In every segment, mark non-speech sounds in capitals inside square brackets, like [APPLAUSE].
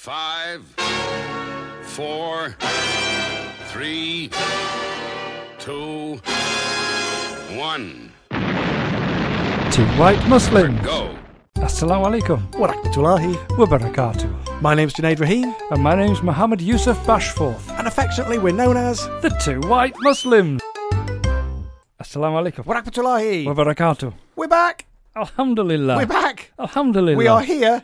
Five, four, three, two, one. Two White Muslims. Go. Assalamu alaikum Warakmatullahi. wa barakatuh. My name's Junaid Rahim, And my name's Mohammed Yusuf Bashforth, and affectionately we're known as the Two White Muslims. Assalamu alaikum wa Warakmatullahi. barakatuh. We're back. Alhamdulillah. We're back. Alhamdulillah. We are here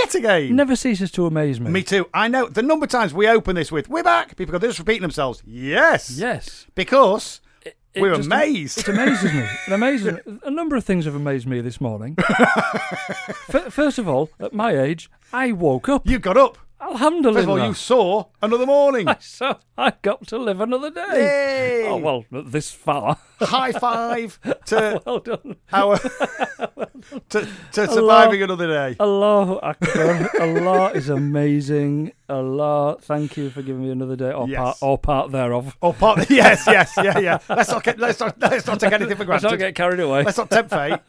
yet again. Never ceases to amaze me. Me too. I know the number of times we open this with "We're back." People go, "They're just repeating themselves." Yes. Yes. Because It we're just- amazed. It amazes me. It amazes me. A number of things have amazed me this [LAUGHS] morning. F- first of all, at my age, I woke up. you got up. Alhamdulillah. First of all, you saw another morning. [LAUGHS] so I got to live another day. Yay! Oh, well, this far. [LAUGHS] [LAUGHS] High five to well done. [LAUGHS] our to, to surviving another day. Allah Akbar. [LAUGHS] Allah is amazing. Allah, thank you for giving me another day, or Yes. part, or part thereof. Or part. [LAUGHS] Yes. Yes. Yeah. Yeah. Let's not get. Let's not. Let's not take anything for Let's granted. not get carried away. Let's not tempt fate.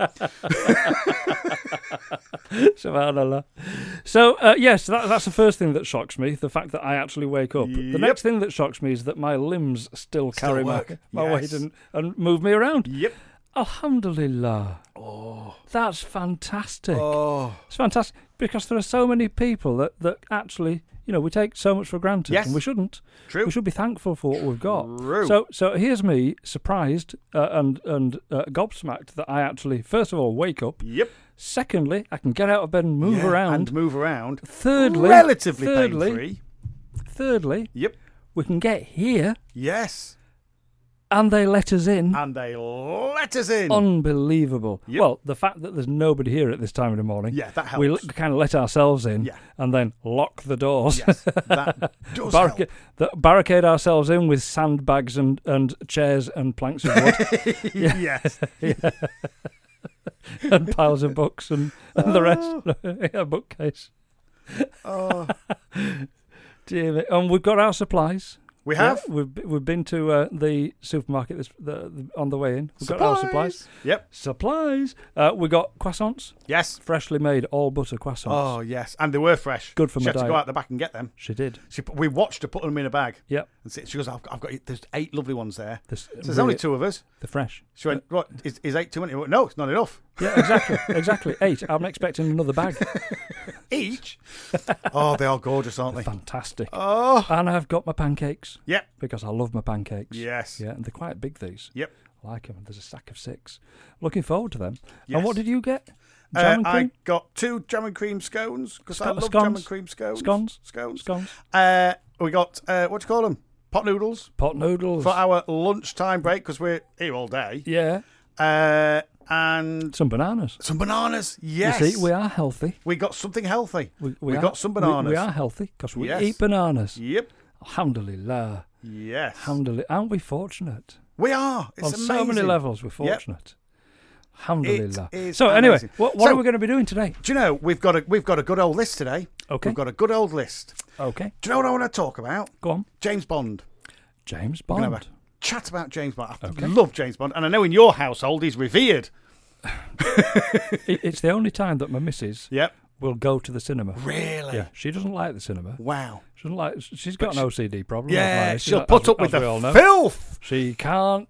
[LAUGHS] Subhanallah. So uh, yes, that, that's the first thing that shocks me: the fact that I actually wake up. The Yep. next thing that shocks me is that my limbs still, carry work. my, my weight Yes. and, and move me around. Yep. Alhamdulillah. Oh, that's fantastic. Oh. It's fantastic because there are so many people that, that actually, you know, we take so much for granted Yes. and we shouldn't. True. We should be thankful for what we've got. True. So, so here's me surprised uh, and and uh, gobsmacked that I actually, first of all, wake up. Yep. Secondly, I can get out of bed and move Yeah, around. and move around. thirdly, Relatively thirdly, pain-free. thirdly, Yep. we can get here Yes. and they let us in. And they let us in. Unbelievable. Ah. Yep. Well, the fact that there's nobody here at this time of the morning. Yeah, that helps. We l- kind of let ourselves in Yeah. and then lock the doors. yes. [LAUGHS] That does barricade, help. [LAUGHS] that barricade ourselves in with sandbags and, and chairs and planks of wood Yes. and piles of books and, and the [LAUGHS] rest. a bookcase. Oh, Dear me. And we've got our supplies. we have. Yeah, we've, we've been to uh, the supermarket this, the, the, on the way in. We've got our supplies. Yep. Supplies. Uh, we got croissants, Yes. freshly made all butter croissants. Oh, yes. And they were fresh. Good for she my had to go diet. out the back and get them. She did. She, put- we watched her put them in a bag. Yep. And see- she goes, I've, got- I've got there's eight lovely ones there. This- So there's only really- two of us. They're fresh. She went, what, is, is eight too many? I went, no, it's not enough. Yeah, exactly. [LAUGHS] exactly. Eight. I'm expecting another bag. [LAUGHS] Each? oh, they are gorgeous, aren't they? Fantastic. Oh. And I've got my pancakes Yep. because I love my pancakes. Yes. Yeah, and they're quite big, these. Yep. I like them. There's a stack of six. Looking forward to them. And what Yes. did you get? Uh, Jam and I cream? got two jam and cream scones because I Sco- love jam scones? and cream scones. Scones? Scones. Scones? Uh, we got uh, what do you call them? Pot noodles Pot noodles. for uh, our lunchtime break because we're here all day. yeah. Uh, and Some bananas. some bananas. Yes, You see, we are healthy. We got something healthy. We, We are- got some we- bananas. We, are healthy because we Yes. eat bananas. Yep. Alhamdulillah. Yes. Alhamdulillah. Aren't we fortunate? we are. It's On amazing. so many levels, we're Yep. fortunate. Alhamdulillah. is so, anyway, amazing. what, what So- are we going to be doing today? Do you know we've got a we've got a good old list today. Okay. We've got a good old list. Okay. Do you know what I want to talk about? Go on. James Bond. James We're Bond. gonna have a chat about James Bond. I love James Bond, and I know in your household he's revered. It- it's the only time that my missus Yep. will go to the cinema. Really? Yeah, she doesn't like the cinema. Wow. She doesn't like. She's got an OCD problem. Yeah, apparently, she'll as- put as- up with as the we all know. filth. She can't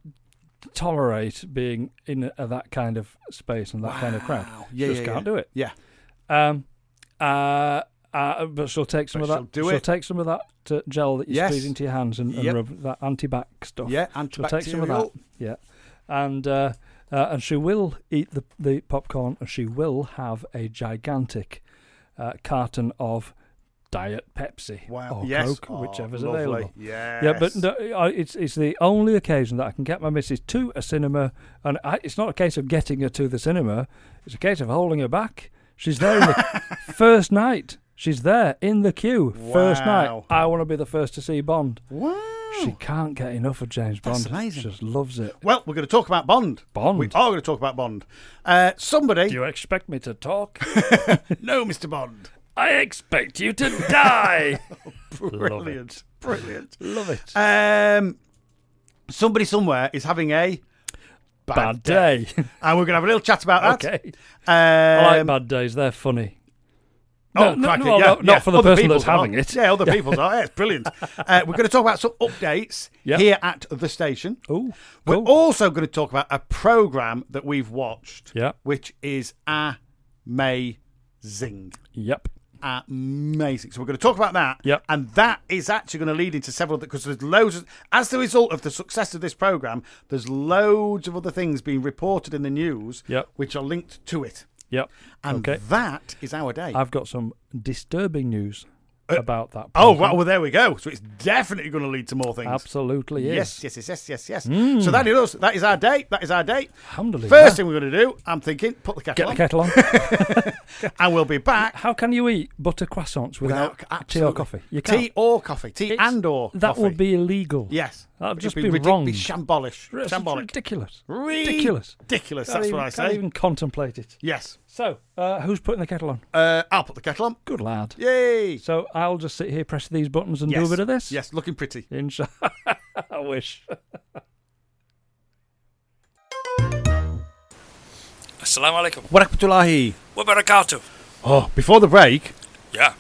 tolerate being in a, that kind of space and that kind of crowd. she just can't do it. Yeah. Um, uh, uh, but she'll take some But of that. she'll do she'll it. take some of that uh, gel that you Yes. squeeze into your hands and, and Yep. rub that anti-bac stuff. Yeah, Oh, she'll take some of that. antibacterial. Yeah, and uh, uh, and she will eat the the popcorn, and she will have a gigantic uh, carton of diet Pepsi Wow. or yes. Coke, whichever's oh, lovely. available. Yes. Yeah, but no, I- it's it's the only occasion that I can get my missus to a cinema, and I, it's not a case of getting her to the cinema; it's a case of holding her back. She's there in [LAUGHS] the first night. She's there in the queue first night. Wow. I want to be the first to see Bond. Wow. She can't get enough of James Oh. That's Bond. amazing. She just loves it. Well, we're going to talk about Bond. Bond. We are going to talk about Bond. Uh, somebody. Do [LAUGHS] you expect me to [LAUGHS] talk? no, Mr. Bond. I expect you to [LAUGHS] die. Brilliant. Brilliant. Love it. Um, somebody somewhere is having a bad, Bad day. [LAUGHS] and we're going to have a little chat about that. okay. Um, I like bad days. They're funny. No, oh, no, cracking. no, yeah, no, yeah. not for the Other person that's people's are. having it. [LAUGHS] Yeah, other people's are. Yeah, it's brilliant. Uh, we're going to talk about some updates Yeah. here at the station. Ooh, We're cool. also going to talk about a program that we've watched, Yeah. which is amazing. Yep. Amazing. So we're going to talk about that. Yep. And that is actually going to lead into several because there's loads of, as the result of the success of this program, there's loads of other things being reported in the news Yep. which are linked to it. Yep. And okay. that is our day. I've got some disturbing news about that. Oh, program. well, well, there we go. So it's definitely going to lead to more things. Absolutely is. Yes, yes, yes, yes, yes, yes. So that is us. That is our date. That is our date. Mm. Alhamdulillah. First thing we're going to do, I'm thinking, put the kettle Get the on, kettle on. [LAUGHS] and we'll be back How can you eat butter croissants [LAUGHS] without, tea or absolutely. coffee? You can't. Tea or coffee. Tea It's- and or that coffee. would be illegal. yes. that'd It'd just be, be ridic- wrong. Be shambolic. It's Shambolic. ridiculous. Ridiculous. Ridiculous. Can't That's even- what I Can't say. even contemplate it. Yes. So, uh, who's putting the kettle on? Uh, I'll put the kettle on. Good lad. Yay. So I'll just sit here, press these buttons, and do Yes. a bit of this. Yes, looking pretty. Insha- [LAUGHS] I wish. Assalamu alaikum. Warahmatullahi. Wa barakatuh. Oh, before the break, Yeah,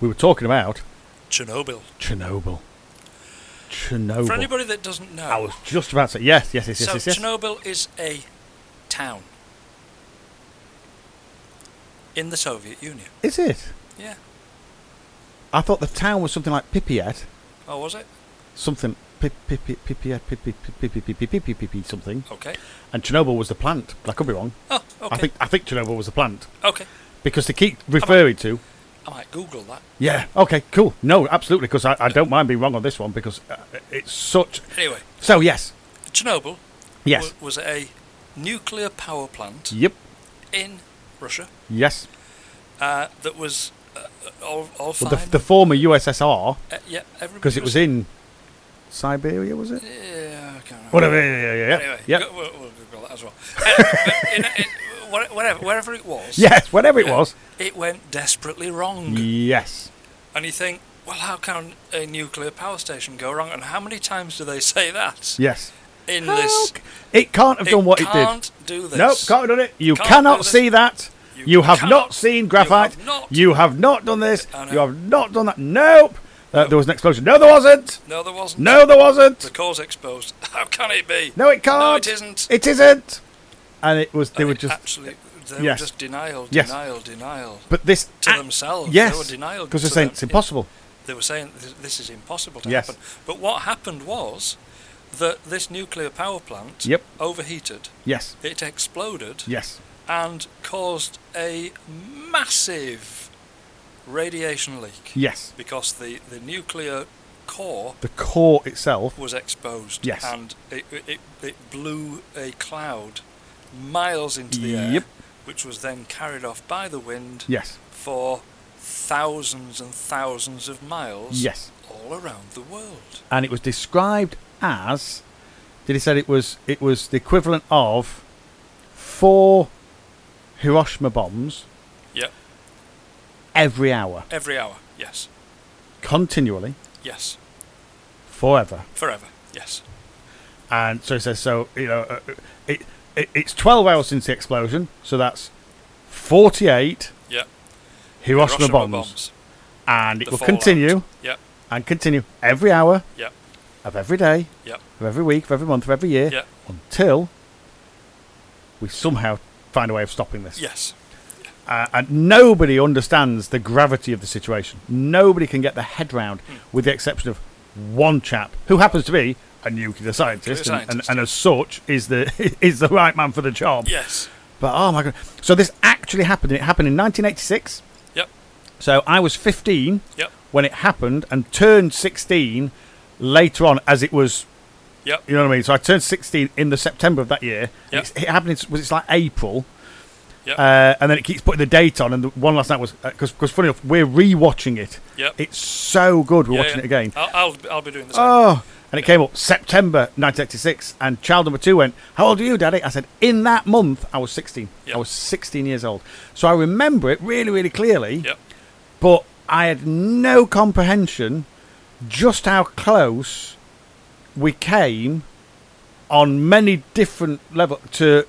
we were talking about Chernobyl. Chernobyl. Chernobyl. For anybody that doesn't know, I was just about to say Oh, yes, yes, yes, yes, so yes, yes. Chernobyl is a town in the Soviet Union. Is it? Yeah. I thought the town was something like Pripyat, Oh, was it? something Pri- Pri- Pri- Pripyat, Pri- Pri- Pri- Pri- Pri- Pri- Pri- Pri- Pri- Pri- something, Okay. and Chernobyl was the plant. I could be wrong. Oh, okay. I think I think Chernobyl was the plant okay. because they keep referring to. I might Google that. Yeah. Okay. Cool. No, absolutely. Because I, I don't mind being wrong on this one because uh, it's such. Anyway, So yes, Chernobyl yes, wa- was a nuclear power plant yep, in Russia yes. uh, that was uh, all, all Well, fine. the, the former USSR uh, yeah, everybody because it was in Siberia, was it? Yeah, I can't remember. Whatever. Yeah. Yeah. Yeah. yeah. Anyway, Yep. go- we'll, we'll Google that as well. Uh, but in, in, where- wherever, wherever it was, uh, Yes. Whatever it was. it went desperately wrong. Yes. And you think, well, how can a nuclear power station go wrong? And how many times do they say that Yes. in this? Help. It can't have done what it did. can't do this. Nope, can't have done it. You Can't do cannot this. see that. You, You have cannot. not seen You graphite. have not. You have not done this. I know. You have not done that. Nope. Uh, there was an explosion. No, there wasn't. No, there wasn't. No, The there wasn't. cause exposed. [LAUGHS] How can it be? No, it can't. No, it isn't. It isn't. And it was. They And were it just. actually. They Yes. were just denial, Yes. denial, denial but this. to act- themselves. they were Yes. denial Because they're to saying them. it's impossible. They were saying "This- this is impossible to Yes. happen. But what happened was that this nuclear power plant Yep. overheated. Yes. It exploded. Yes. and caused a massive radiation leak Yes. because the, the nuclear core The core itself. was exposed Yes. and it, it, it blew a cloud miles into the Yep. air, which was then carried off by the wind Yes. for thousands and thousands of miles Yes. all around the world. And it was described as. Did he said it was? It was the equivalent of four Hiroshima bombs Yep, every hour, every hour, yes, continually, yes, forever. forever, yes. And so he says, so you know, uh, it, it it's twelve hours since the explosion, so that's forty-eight Yep. Hiroshima, bombs, and it The will fallout. continue Yep, and continue every hour yep, of every day, yep, of every week, of every month, of every year, yep, until we somehow find a way of stopping this. yes. Uh, and nobody understands the gravity of the situation. Nobody can get their head round, Hmm. with the exception of one chap who happens to be a nuclear scientist, Nuclear and, and, scientist, and as such is the [LAUGHS] is the right man for the job. Yes. But oh my god! So this actually happened. It happened in 1986. Yep. So I was 15 Yep. when it happened, and turned 16 later on, as it was. Yep. You know what I mean? So I turned 16 in the September of that year. Yep. It's, it happened. in- Was it's like April? Yep. Uh, and then it keeps putting the date on, and the one last night was because funny enough, we're rewatching it. Yep. It's so good. We're Yeah, watching yeah. it again. I'll, I'll, I'll be doing this. Oh, and it came up September 1986, and child number two went, "How old are you, Daddy?" I said, "In that month, I was 16. Yep. I was 16 years old." So I remember it really, really clearly, Yep. but I had no comprehension just how close we came on many different level to.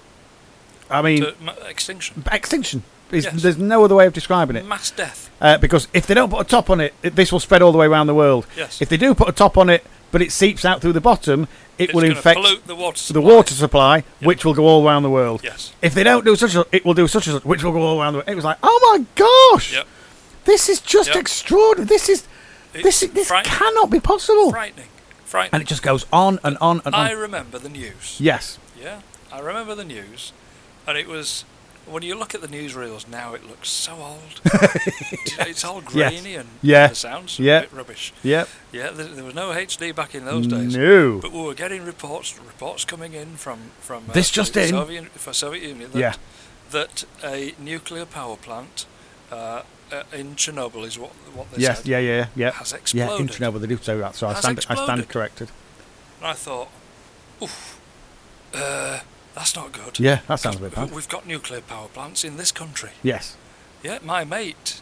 I mean, To m- extinction. extinction. Is, Yes. There's no other way of describing it. Mass death. Uh, because if they don't put a top on it, it, this will spread all the way around the world. Yes. If they do put a top on it, but it seeps out through the bottom, it It's will gonna infect pollute the water. the supply. water supply, which will go all around the world. Yes. If they don't do such a, it will do such a, which will go all around the world. It was like, oh my gosh, Yep. this is just Yep. extraordinary. This is, this is, It's this frightening. cannot be possible. Frightening. Frightening. And it just goes on and on and on. I remember the news. yes. Yeah, I remember the news, and it was when you look at the newsreels now, it looks so [LAUGHS] old. it's all grainy and Yeah. the sounds Yeah. a bit rubbish. Yep. Yeah, there, there was no HD back in those days. No. But we were getting reports, reports coming in from from uh, This just the in. Soviet, for Soviet Union that, Yeah. that a nuclear power plant uh, uh, in Chernobyl is what what they Yes. said. Yeah. Yeah. Yeah. Has Yeah. In exploded. Chernobyl, they do say that, so I Has stand. I stand exploded. corrected. And I thought, oof, uh, that's not good. Yeah, that sounds a bit We- bad. We've got nuclear power plants in this country. Yes. Yeah, my mate,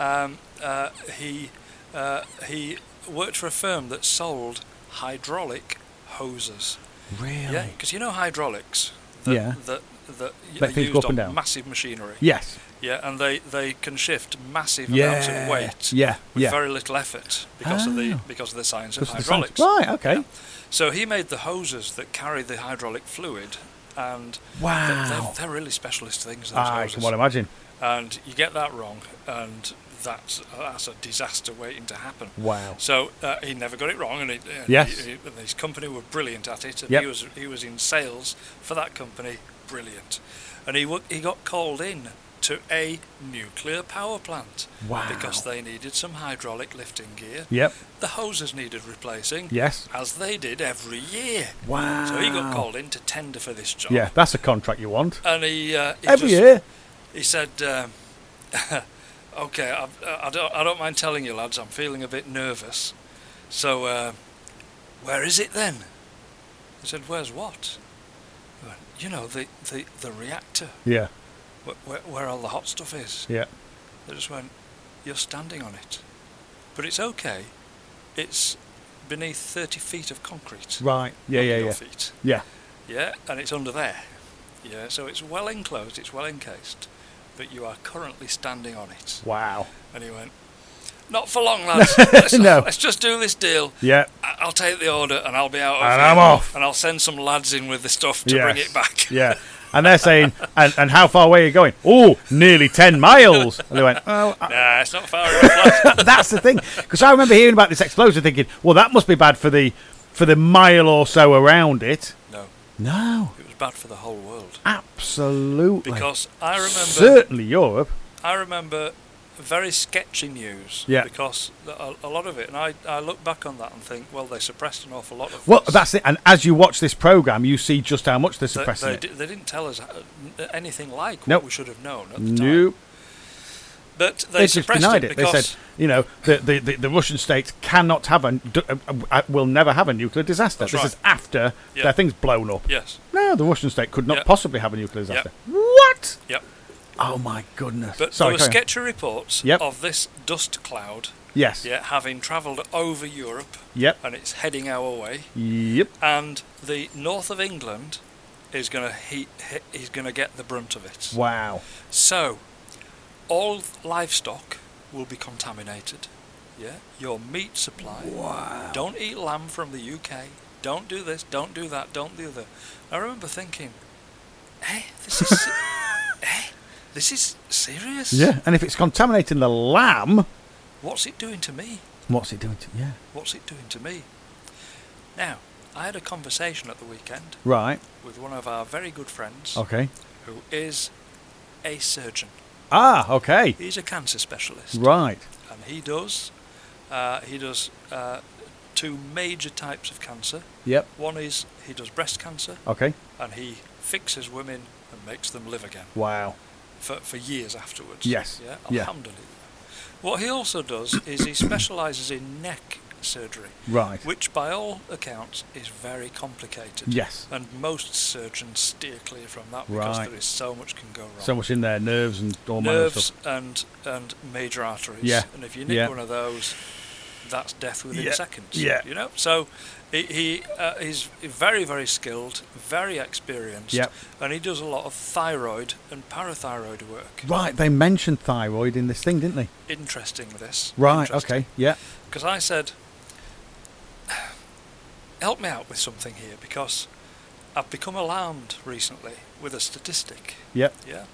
um, uh, he uh, he worked for a firm that sold hydraulic hoses. Really. Yeah, because you know hydraulics. That, Yeah. That that y- Let are things used go up on and down. massive machinery. Yes. Yeah, and they, they can shift massive amounts Yeah. of weight. Yeah. With Yeah. very little effort because of the Oh. because of the science of Because of the hydraulics. sound. Right. Okay. So he made the hoses that carry the hydraulic fluid, and th- Wow. Ah, they're, they're really specialist things. Those I hoses. can well imagine. and you get that wrong, and that's that's a disaster waiting to happen. Wow. So uh, he never got it wrong, and, he, and Yes. he- and his company were brilliant at it, and Yep. he was he was in sales for that company, brilliant, and he wa- he got called in to a nuclear power plant Wow. because they needed some hydraulic lifting gear. Yep. The hoses needed replacing, Yes. as they did every year. Wow. So he got called in to tender for this job. Ah. Yeah, that's a contract you want. And he, uh, he Every just- year. he said, um, [LAUGHS] "Okay, I've, I don't, I don't mind telling you, lads, I'm feeling a bit nervous. So, uh, where is it then?" I said, "Where's what?" He went, "You know, the the, the reactor, Yeah. where, where, where all the hot stuff is." Yeah. I just went, "You're standing on it, but it's okay. It's beneath 30 feet of concrete. Right. Yeah. under Yeah. your Yeah. Feet. Yeah. Yeah, and it's under there. Yeah, so it's well enclosed, it's well encased, but you are currently standing on it. Wow. And he went, Not for long, [LAUGHS] lads. Let's, No. let's just do this deal. Yeah. I- I'll take the order and I'll be out. of And here, I'm off." And I'll send some lads in with the stuff to bring Yes. it back. [LAUGHS] [LAUGHS] yeah. And they're saying, and, and how far away are you going? Oh, nearly 10 miles. And they went, oh, I- Nah, it's not far enough, [LAUGHS] lads. that's the thing. Because I remember hearing about this explosion thinking, well, that must be bad for the for the mile or so around it. No, No. it was bad for the whole world. Absolutely. Because I remember. Certainly Europe. I remember very sketchy news Yeah. because a, a lot of it, and I, I look back on that and think, well, they suppressed an awful lot of Well, this. that's it. And as you watch this programme, you see just how much they're They, suppressing they it. di- they didn't tell us uh, n- anything like what Nope. we should have known at the time. Nope. But they, they just suppressed denied it it. They because said, you know, the, the, the, the Russian state cannot have a, d- uh, uh, will never have a nuclear disaster. That's this right. is after Yeah. their thing's blown up. yes, No, the Russian state could not Yeah. possibly have a nuclear Yeah. disaster. What? yep. Oh my goodness! But there Sorry, were carry on. sketchy reports Yep. of this dust cloud, Yes. yeah, having travelled over Europe, Yep. and it's heading our way. Yep. And the north of England is going to heat, he, is going to get the brunt of it. Wow. So, all livestock will be contaminated. Yeah, your meat supply. Wow. Don't eat lamb from the UK. Don't do this. Don't do that. Don't do the other. I remember thinking, "Hey, this is, se- eh, this is serious. Yeah. And if it's contaminating the lamb, What's it doing to me? what's it doing to? Yeah. What's it doing to me?" Now, I had a conversation at the weekend Right. with one of our very good friends, Okay. who is a surgeon. Ah. Okay. He's a cancer specialist. Right. and he does. Uh, he does uh, two major types of cancer. Yep. One is he does breast cancer, Okay. and he fixes women and makes them live again Wow. for, for years afterwards. Yes, Yeah. yeah. Alhamdulillah. What he also does is he specialises in neck surgery, Right. which by all accounts is very complicated. Yes. And most surgeons steer clear from that because Right. there is so much can go wrong So much in there, nerves and all manner of nerves stuff. and and major arteries. Yeah, And if you nick yeah. one of those, that's death within Yeah, seconds. yeah. You know, so he, he uh, is very, very skilled, very experienced, Yep. and he does a lot of thyroid and parathyroid work. Right, they mentioned thyroid in this thing, didn't they? Interesting, this. Right, okay, yeah. Because I said, help me out with something here, because I've become alarmed recently with a statistic. Yep. Yeah.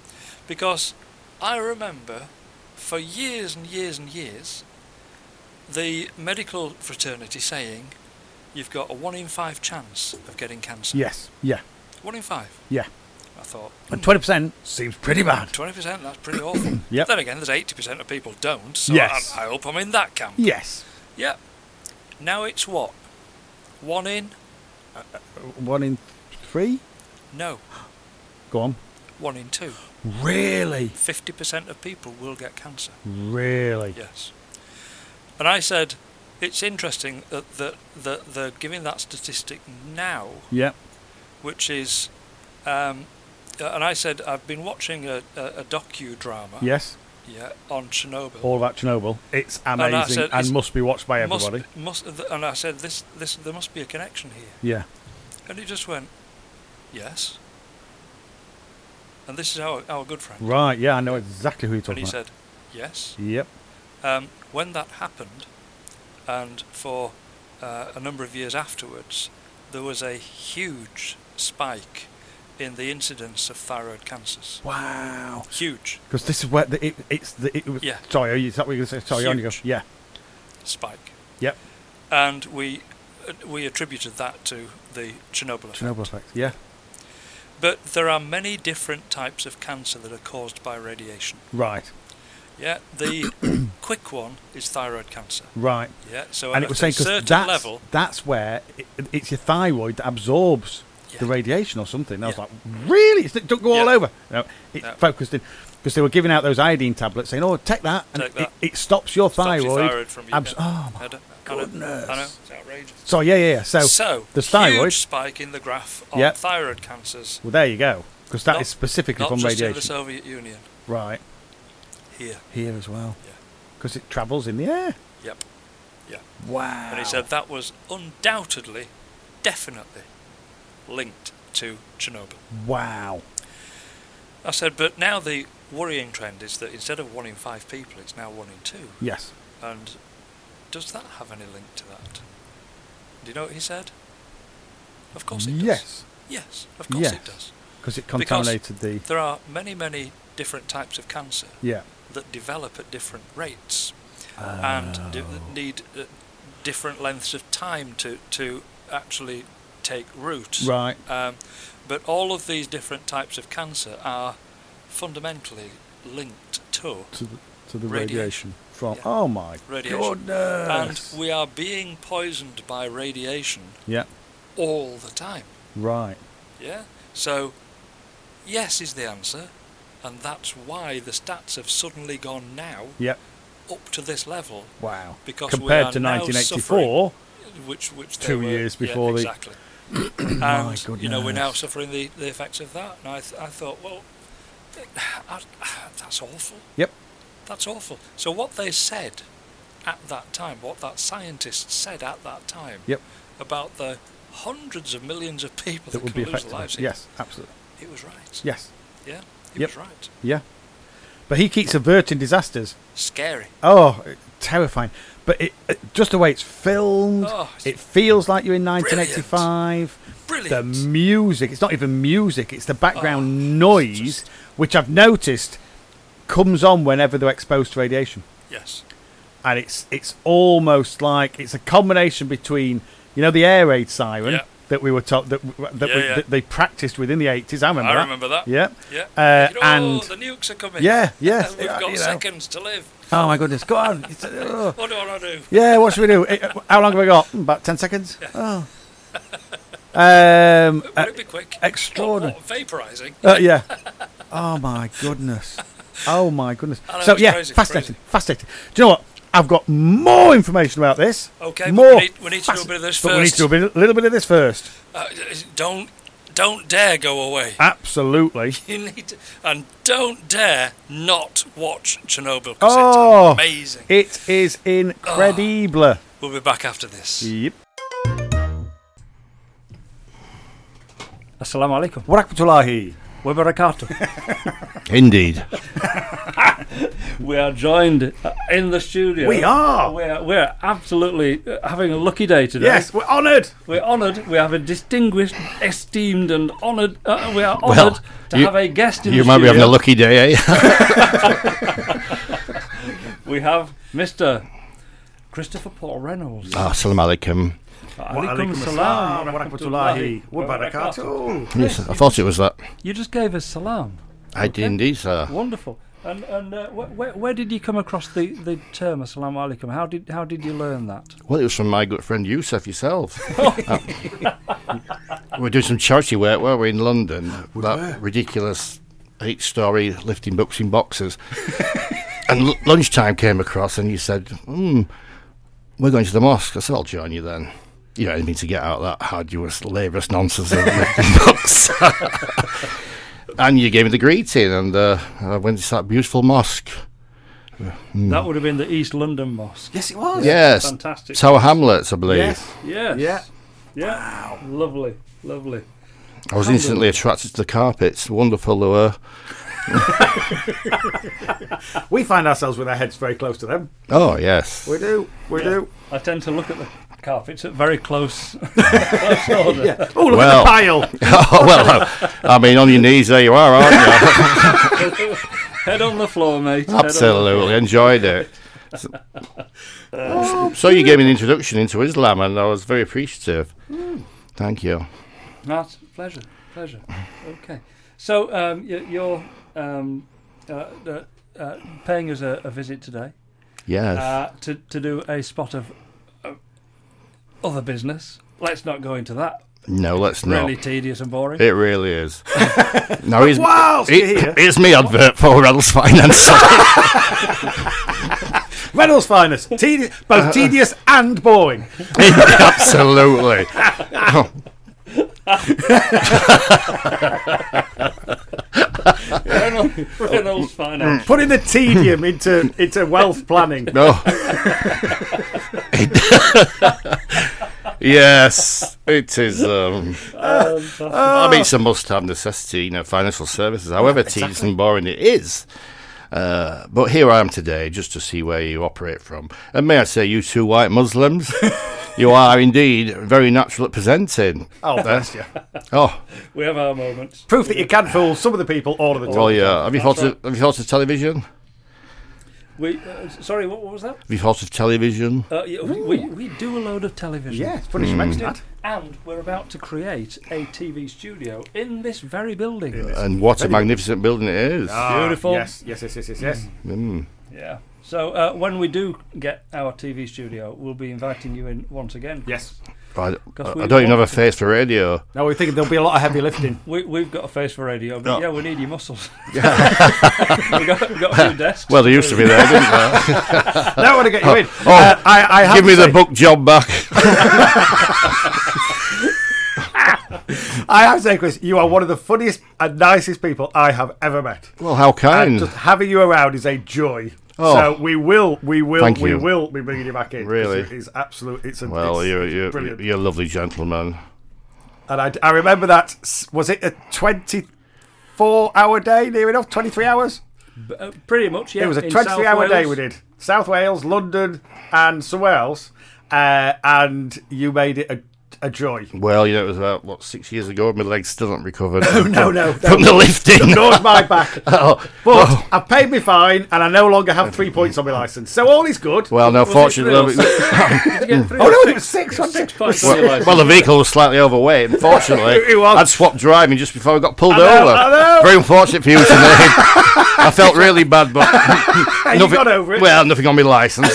Because I remember for years and years and years the medical fraternity saying you've got a one in five chance of getting cancer. Yes. Yeah. One in five. Yeah. I thought And twenty percent seems pretty bad. twenty percent, that's pretty awful. Yep. Then again there's eighty percent of people don't, so Yes. I, I hope I'm in that camp. Yes. Yeah. Now it's what? One in? One in three? No. Go on. One in two. Really? 50% of people will get cancer. Really? Yes. And I said, it's interesting that, that, that they're giving that statistic now, Yeah. which is. Um, uh, and I said, I've been watching a, a, a docudrama Yes. yeah, on Chernobyl. All about Chernobyl. It's I amazing and, said it's- must be watched by Must- everybody. Must, and I said, this, this, there must be a connection here. Yeah. And he just went, yes. And this is our, our good friend. Right. Yeah, I know exactly who you're And talking he about. said, yes. Yep. Um, when that happened, and for uh, a number of years afterwards, there was a huge spike in the incidence of thyroid cancers. Wow. Huge Because this is where the, it, it's the it was. Yeah. Sorry, are you, is that what you're going to say? Sorry, on you go. Huge. Yeah. spike. Yep. And we uh, we attributed that to the Chernobyl effect. Chernobyl effect. Yeah. But there are many different types of cancer that are caused by radiation. Right. Yeah, [CLEARS THROAT] the quick one is thyroid cancer. Right. Yeah, so and at it was a saying because certain that's, level, that's where it, it's your thyroid that absorbs the Yeah. radiation or something. And I was Yeah. like, really? It's, it don't go all Yeah. over. No, it No. focused in because they were giving out those iodine tablets, saying, "Oh, take that," and Take it, that. It, stops your stops thyroid. your thyroid from you. abs- yeah. oh my I know, I know, I know, goodness! it's outrageous. So yeah, yeah. yeah. So, So, the thyroid. huge spike in the graph of Yep. thyroid cancers, Well, there you go. Because that Not- is specifically not from just radiation, in the Soviet Union. right? Here, Here as well, Yeah. because it travels in the air. yep. Yeah. Wow. And he said that was undoubtedly, definitely linked to Chernobyl. "Wow." I said, but now the worrying trend is that instead of one in five people, it's now one in two. Yes. And does that have any link to that? Do you know what he said? Of course it does. Yes. Yes, of course Yes. it does. Because it Because- contaminated the. There are many, many different types of cancer Yeah. that develop at different rates Oh. and d- need uh, different lengths of time to, to actually take root. Right. Um, but all of these different types of cancer are fundamentally linked to to the, to the radiation, Radiation. from. Yeah. Oh my Radiation. goodness! And we are being poisoned by radiation yeah, all the time. right. Yeah? So, yes is the answer. And that's why the stats have suddenly gone now Yep. up to this level, Wow. Because we Compared are to now 1984, which which they Two were- years yeah, before the- exactly. and [CLEARS THROAT] My you know we're now goodness. suffering the, the effects of that. And I th- I thought, well, I, that's awful. Yep. That's awful. So what they said at that time, what that scientist said at that time, Yep. about the hundreds of millions of people that, that would could be lose affected. their lives. Yes, absolutely. it was right. Yes, yeah, it Yep. was right. yeah. But he keeps averting disasters. Scary. Oh, terrifying! But it, it just the way it's filmed, Oh, it's it feels like you're in 1985. The Brilliant. Oh, music, it's not even music, it's the background noise, just- which I've noticed comes on whenever they're exposed to radiation. yes. and it's it's almost like it's a combination between you know the air raid siren Yeah. that we were taught that that, Yeah, we, yeah. that they practiced with in the eighties. I remember. I that. remember that. Yeah. Yeah. Uh, You know, and- the nukes are coming. Yeah, yeah, We've yeah, got you know. seconds to live. Oh my goodness! Go on. It's, oh. What do I do? Yeah. What should we do? Eh, eh, How long have we got? Hmm, About ten seconds. Oh. Um. Will it be quick? extraordinary. What, what, vaporizing. uh, yeah. Oh my goodness. Oh my goodness. [LAUGHS] I know, So it's yeah, crazy, fascinating, crazy. fascinating. Do you know what? I've got more information about this. Okay, but more. we need- we need to do a fascin- bit of this But we need to first. do a bit- little bit of this first. Uh, don't don't dare go [LAUGHS] away. Absolutely. You need to, and don't dare not watch Chernobyl because Oh, it's amazing. It is incredible. We'll be back after this. Yep. Assalamu alaikum. Warakpatulahi. Wa [LAUGHS] barakatuh. Indeed. we are joined uh, in the studio. We are. We're, we're absolutely uh, having a lucky day today. Yes, we're honoured. We're honoured. We have a distinguished, esteemed, and honoured. Uh, we are Well, honoured to you- have a guest in You the might be having studio. a lucky day, eh? We have Mr. Christopher Paul Reynolds. Assalamu Ah, [LAUGHS] alaikum. Alaikum assalam salam wa rahmatullahi rahmatullahi wa wa barakatuh. Yes, I thought it was that. You just gave us salam. I did indeed, sir. Wonderful. And and uh, wh- where, where did you come across the, the term assalamu alaikum? How did how did you learn that? Well, it was from my good friend Yusuf yourself. [LAUGHS] Uh, we were doing some charity work, weren't we, in London? that ridiculous eight story lifting books in boxes. [LAUGHS] and l- lunchtime came across, and you said, hmm, we're going to the mosque. I said, I'll join you then. You know, I mean, to get out of that arduous, laborious nonsense of lifting [LAUGHS] books. and you gave me the greeting, and uh, I went to that beautiful mosque. Mm. That would have been the East London Mosque. Yes, it was. Yes. Fantastic. Tower Hamlets, I believe. Yes. yes. Yeah. Yeah. Wow. Lovely. Lovely. I was instantly attracted to the carpets. Wonderful they were. We find ourselves with our heads very close to them. [LAUGHS] Oh yes. We do. We do. I tend to look at the carpets at very close, [LAUGHS] close order. Oh, look Well. at the [LAUGHS] pile. [LAUGHS] oh well, I mean, on your knees, there you [LAUGHS] are, aren't you? Head on the floor, mate. Head on the Absolutely enjoyed it. So- [LAUGHS] So you gave me an introduction into Islam, and I was very appreciative. Hmm. Thank you. That's pleasure, pleasure. Okay, so um, y- you're um, uh, uh, uh, paying us a, a visit today Yes. uh, to to do a spot of uh, other business. Let's not go into that. no, let's not. Really tedious and boring. It really [LAUGHS] is. now he's Wow, so you're here. Here's me advert for Reynolds Finance. [LAUGHS] Reynolds finest. Tedi- [LAUGHS] both tedious and boring. Absolutely. Reynolds, Reynolds Finance. Putting the tedium into into wealth [LAUGHS] planning. No. yes, it is. Um, Ah. I mean, it's a must-have necessity, you know, financial services, however tedious and boring it is. Uh, but here I am today, just to see where you operate from. And may I say, you two white Muslims, [LAUGHS] you are indeed very natural at presenting. Ah. Oh, bless you. Oh, we have our moments. Proof that you can fool some of the people all of the time. well, yeah. Have you thought of, have you thought of television? Have We uh, sorry, what, what was that? you thought of television? Uh, yeah, we, we we do a load of television. Yeah, it's funny you Mm. mention that. And we're about to create a TV studio in this very building. And what a magnificent building it is. Ah, Beautiful. Yes, yes, yes, yes, yes, Mm. yes. Yeah. So uh, when we do get our TV studio, we'll be inviting you in once again. Yes. I, Because I- we I don't even have a want to- face for radio. Now we're thinking there'll be a lot of heavy [LAUGHS] lifting. We, we've got a face for radio, but Oh. yeah, we need your muscles. [LAUGHS] we've, got, we've got a few desks. Well, they used to be there, didn't [LAUGHS] they? now I want to get you in. Oh, Uh, I, I have Give to me the say- book job back. I have to say, Chris, you are one of the funniest and nicest people I have ever met. [LAUGHS] well, how And kind. just having you around is a joy. Mm. Oh. So we will, we will, Thank we you. will be bringing you back in. Really? It's, it's absolute. It's a, well, it's, you're, it's you're, brilliant. you're a lovely gentleman. And I, I remember that. s- Was it a twenty-four hour day? Near enough, twenty-three hours. B- uh, pretty much, yeah. It was a in 23 South hour day Wales. we did. South Wales, London, and somewhere else. Uh, and you made it a, a joy. Well, you know, it was about, what, six years ago, my leg's still not recovered. No, no. From [LAUGHS] the lifting. Ignored [LAUGHS] my back. Oh, But oh. I paid my fine and I no longer have three points on my license. So all is good. Well, no, Was it fortunately. three [LAUGHS] [LAUGHS] or six? Did you get three oh, or no, six? it was six. Six wasn't it? points on your Well, license. well, the vehicle was slightly overweight, and fortunately, It was. I'd swapped driving just before I got pulled know, over. I know. Very unfortunate for you today. I felt really bad, but And you got over it. Well, nothing on my license.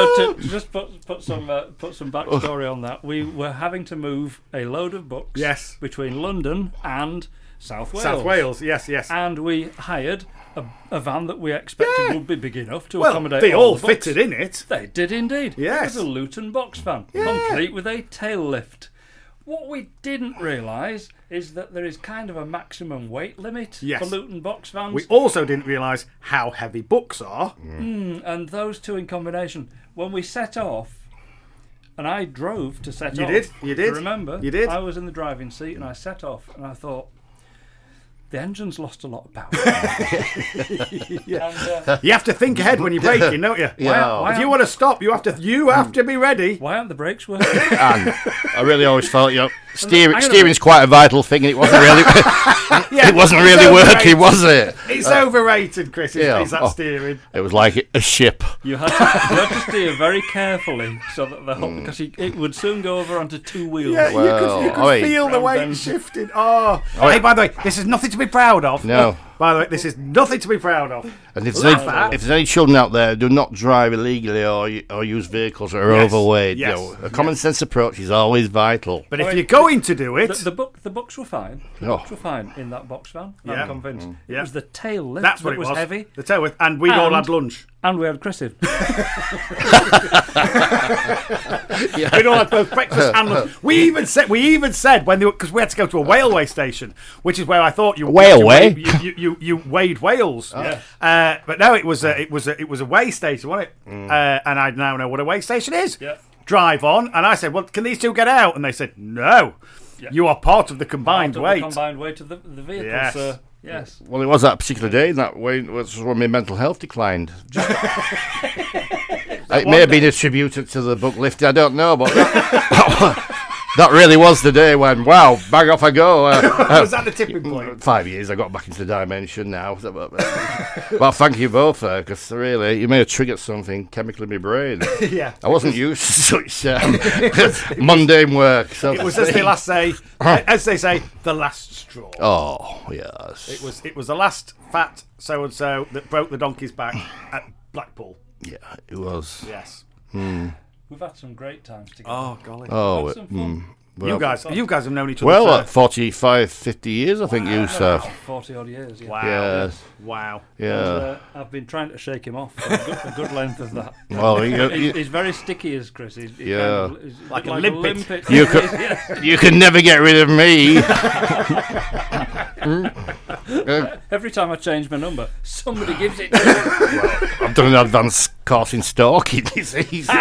So to just put put some uh, put some backstory on that, we were having to move a load of books Yes. between London and South Wales. South Wales, yes, yes. and we hired a, a van that we expected would be big enough to Well, accommodate. they all the books. fitted in it. They did indeed. Yes. It was a Luton box van, complete with a tail lift. What we didn't realise is that there is kind of a maximum weight limit Yes. for Luton box vans, We also didn't realise how heavy books are. Mm. and those two in combination. When we set off, and I drove to set You off. did, you if did, Remember, you did. I was in the driving seat, and I set off, and I thought. The engine's lost a lot [LAUGHS] of power. And, uh, You have to think ahead when you're [LAUGHS] braking, don't you? Yeah. If you want to stop, you have to you have to be ready. why aren't the brakes working? And I really always felt, you know, steer, hang on a steering's quite a vital thing, and it wasn't really, [LAUGHS] it wasn't really working, was it? It's overrated, Chris. Is, Uh, yeah. is that Oh. steering? It was like a ship. [LAUGHS] You had, to, you had to steer very carefully so that the whole, because you- it would soon go over onto two wheels. Yeah, you could, you Hmm. Well, could oi. feel the weight Round shifting. Oh. hey, by the way, this is nothing to be proud of. No. [LAUGHS] By the way, this is nothing to be proud of. And if Laugh there's, at. any, if there's any children out there, do not drive illegally or y- or use vehicles that are Yes, overweight. you yes, know. a common sense approach is always vital. But if Oi. you're going to do it, The, the book, the books were fine. The Oh. Hmm. books were fine in that box van. Yeah. I'm convinced. Yeah. It was the tail lift that's what that it was. heavy, The tail whip, and we all And- had lunch. and we had [LAUGHS] Chrissy. We'd all had both breakfast and lunch. We even said we even said when because we had to go to a whaleway station, which is where I thought you Whaleway? you you, you, you weighed whales. Uh, but no, it was a, it was a, it was a weigh station, wasn't it? Uh, and I now know what a weigh station is. Yeah. Drive on, and I said, "Well, can these two get out?" And they said, "No, you are part of the combined weight." [LAUGHS] combined weight of the, the vehicle. Yes. sir. yes. Well, it was that particular day, and that way was when my mental health declined. [LAUGHS] it may have been attributed to the book lifting, I don't know, but that, [LAUGHS] that really was the day when, wow, bang off I go. Uh, uh, was that the tipping [LAUGHS] point? five years, I got back into the dimension now. So, but- [LAUGHS] well, thank you both, because really, you may have triggered something chemically in [LAUGHS] my brain. yeah. I wasn't used to such [LAUGHS] um, [LAUGHS] mundane work. So It was as they last say, as they say, the last straw. Oh, yes. It was it was the last fat so and so that broke the donkey's [SIGHS] back at Blackpool. yeah, it was. Yes. We've had some great times together. Oh golly. Oh, Had it, some mm. fun. Well, you guys, you guys have known each other. Well, uh, for- at 45, 50 years, I think you, sir. Forty odd years. Yeah. wow, Yes. wow. And, Yeah. uh, I've been trying to shake him off for a good, a good length of [LAUGHS] that. [LAUGHS] Well, you, He's, you, he's very sticky as Chris. He's, he's Yeah. kind of, he's Like a limpet. limpet. [LAUGHS] You could- Yes. you can never get rid of me. Every time I change my number, somebody gives it. to me. I've done an advanced course in stalking [LAUGHS] disease. [LAUGHS]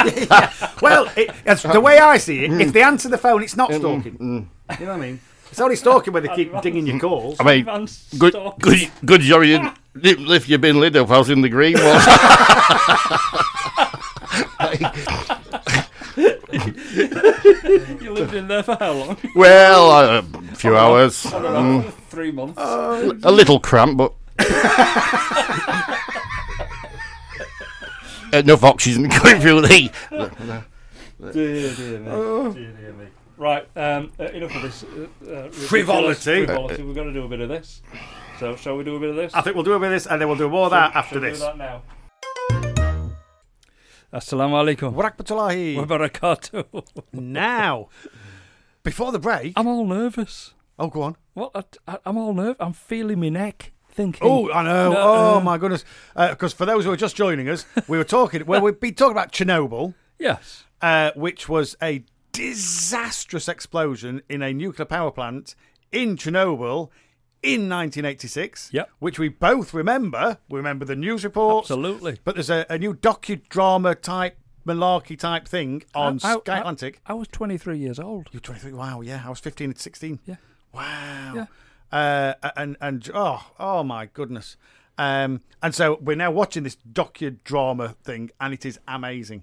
Well, it, as the way I see it, if they answer the phone, it's Mm. not stalking. You know what I [LAUGHS] mean? It's only stalking when they keep [LAUGHS] dinging your calls. I mean, Man, good, stop. good, good job you didn't- didn't lift your bin lid up. I was in [LAUGHS] the green one. You lived in there for how long? well, uh, a few hours. Mm. [LAUGHS] Three months. Uh, A little cramp, but. Enough oxygen [LAUGHS] going through the. dear, dear me. uh. dear, dear me. Right, um, uh, enough of this. Uh, uh, ridiculous Frivolity. frivolity. We've got to do a bit of this. So, shall we do a bit of this? I think we'll do a bit of this, and then we'll do more of that Shall uh, after we this. Do that now. Assalamu alaikum. Wa Warakpatulahi. barakatuh. Now, before the break. [LAUGHS] I'm all nervous. Oh, go on. What? I, I, I'm all nervous. I'm feeling my neck. Thinking. Oh, I know. No, oh uh, my goodness. Because for those who are just joining us, we were talking. Well, we've been talking about Chernobyl. Yes. uh, which was a disastrous explosion in a nuclear power plant in Chernobyl in 1986. Yep. Which we both remember. We remember the news reports. Absolutely. But there's a, a new docudrama type, malarkey type thing on I- I- Sky Atlantic. I was 23 years old. You're 23. Wow. Yeah. I was 15 and 16. Yeah. Wow. Yeah. Uh, and and oh oh my goodness. Um, and so we're now watching this docudrama thing, and it is amazing,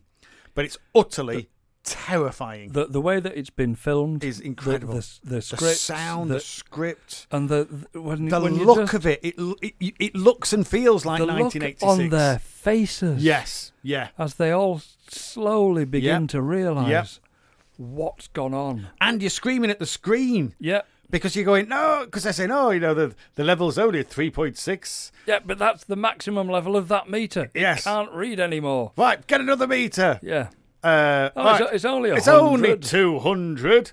but it's utterly terrifying. The the way that it's been filmed is incredible. The, the, the The script, sound, the, the, script, and the, the when, the when you look just- of it. It, l- it it looks and feels like the look 1986. on their faces. Yes. Yeah. as they all slowly begin Yep. to realise what's gone on. And you're screaming at the screen. Yeah, Because you're going no, because they're saying oh, you know the the level's only three point six. yeah, but that's the maximum level of that meter. Yes. can't read anymore. Right, get another meter. Yeah, Uh, oh, right. it's, it's only a It's only hundred. 200.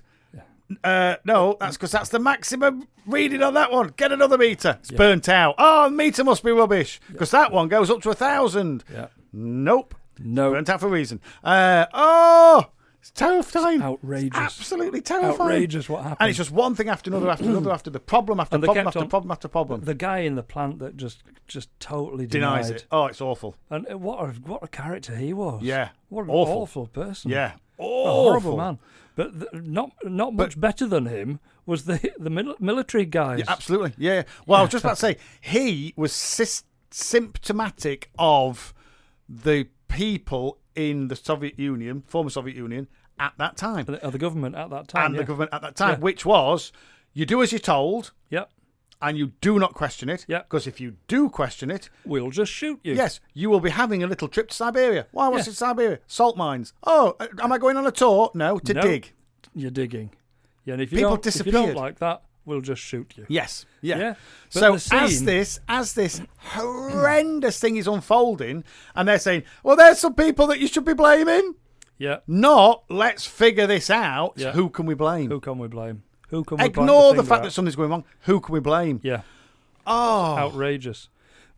Uh, no, that's because that's the maximum reading on that one. Get another meter. It's burnt out. Oh, the meter must be rubbish because that one goes up to a thousand. Yeah. Nope. No. Burnt out for a reason. Uh, oh, it's terrifying. It's outrageous. absolutely terrifying. Outrageous what happened. And it's just one thing after another after another after the problem after And they problem kept after on- problem after problem. The guy in the plant that just just totally denied. Denies it. Oh, it's awful. And uh, what a what a character he was. Yeah. What an Awful. awful, person. Yeah. A Awful. horrible man. But th- not not much better than him was the [LAUGHS] the mil- military guys. Yeah, absolutely. Yeah. Well, I was just about to say he was sys- symptomatic of the people in the Soviet Union, former Soviet Union, at that time, Of the government at that time. and yeah. the government at that time, which was you do as you're told Yep. and you do not question it. Yeah. Because if you do question it, We'll just shoot you. yes, you will be having a little trip to Siberia. Why? What's Yeah. in Siberia? Salt mines. Oh, uh, am I going on a tour? No, to No. dig. You're digging. Yeah, and if you, People don't, if you don't disappeared. like that, we'll just shoot you. Yes. Yeah. Yeah, but So the scene- as this as this horrendous thing is unfolding, and they're saying, "Well, there's some people that you should be blaming." Yeah. Not let's figure this out. Yeah. Who can we blame? Who can we blame? Who can we blame Ignore the, finger fact at? that something's going wrong. Who can we blame? Yeah. Oh. outrageous.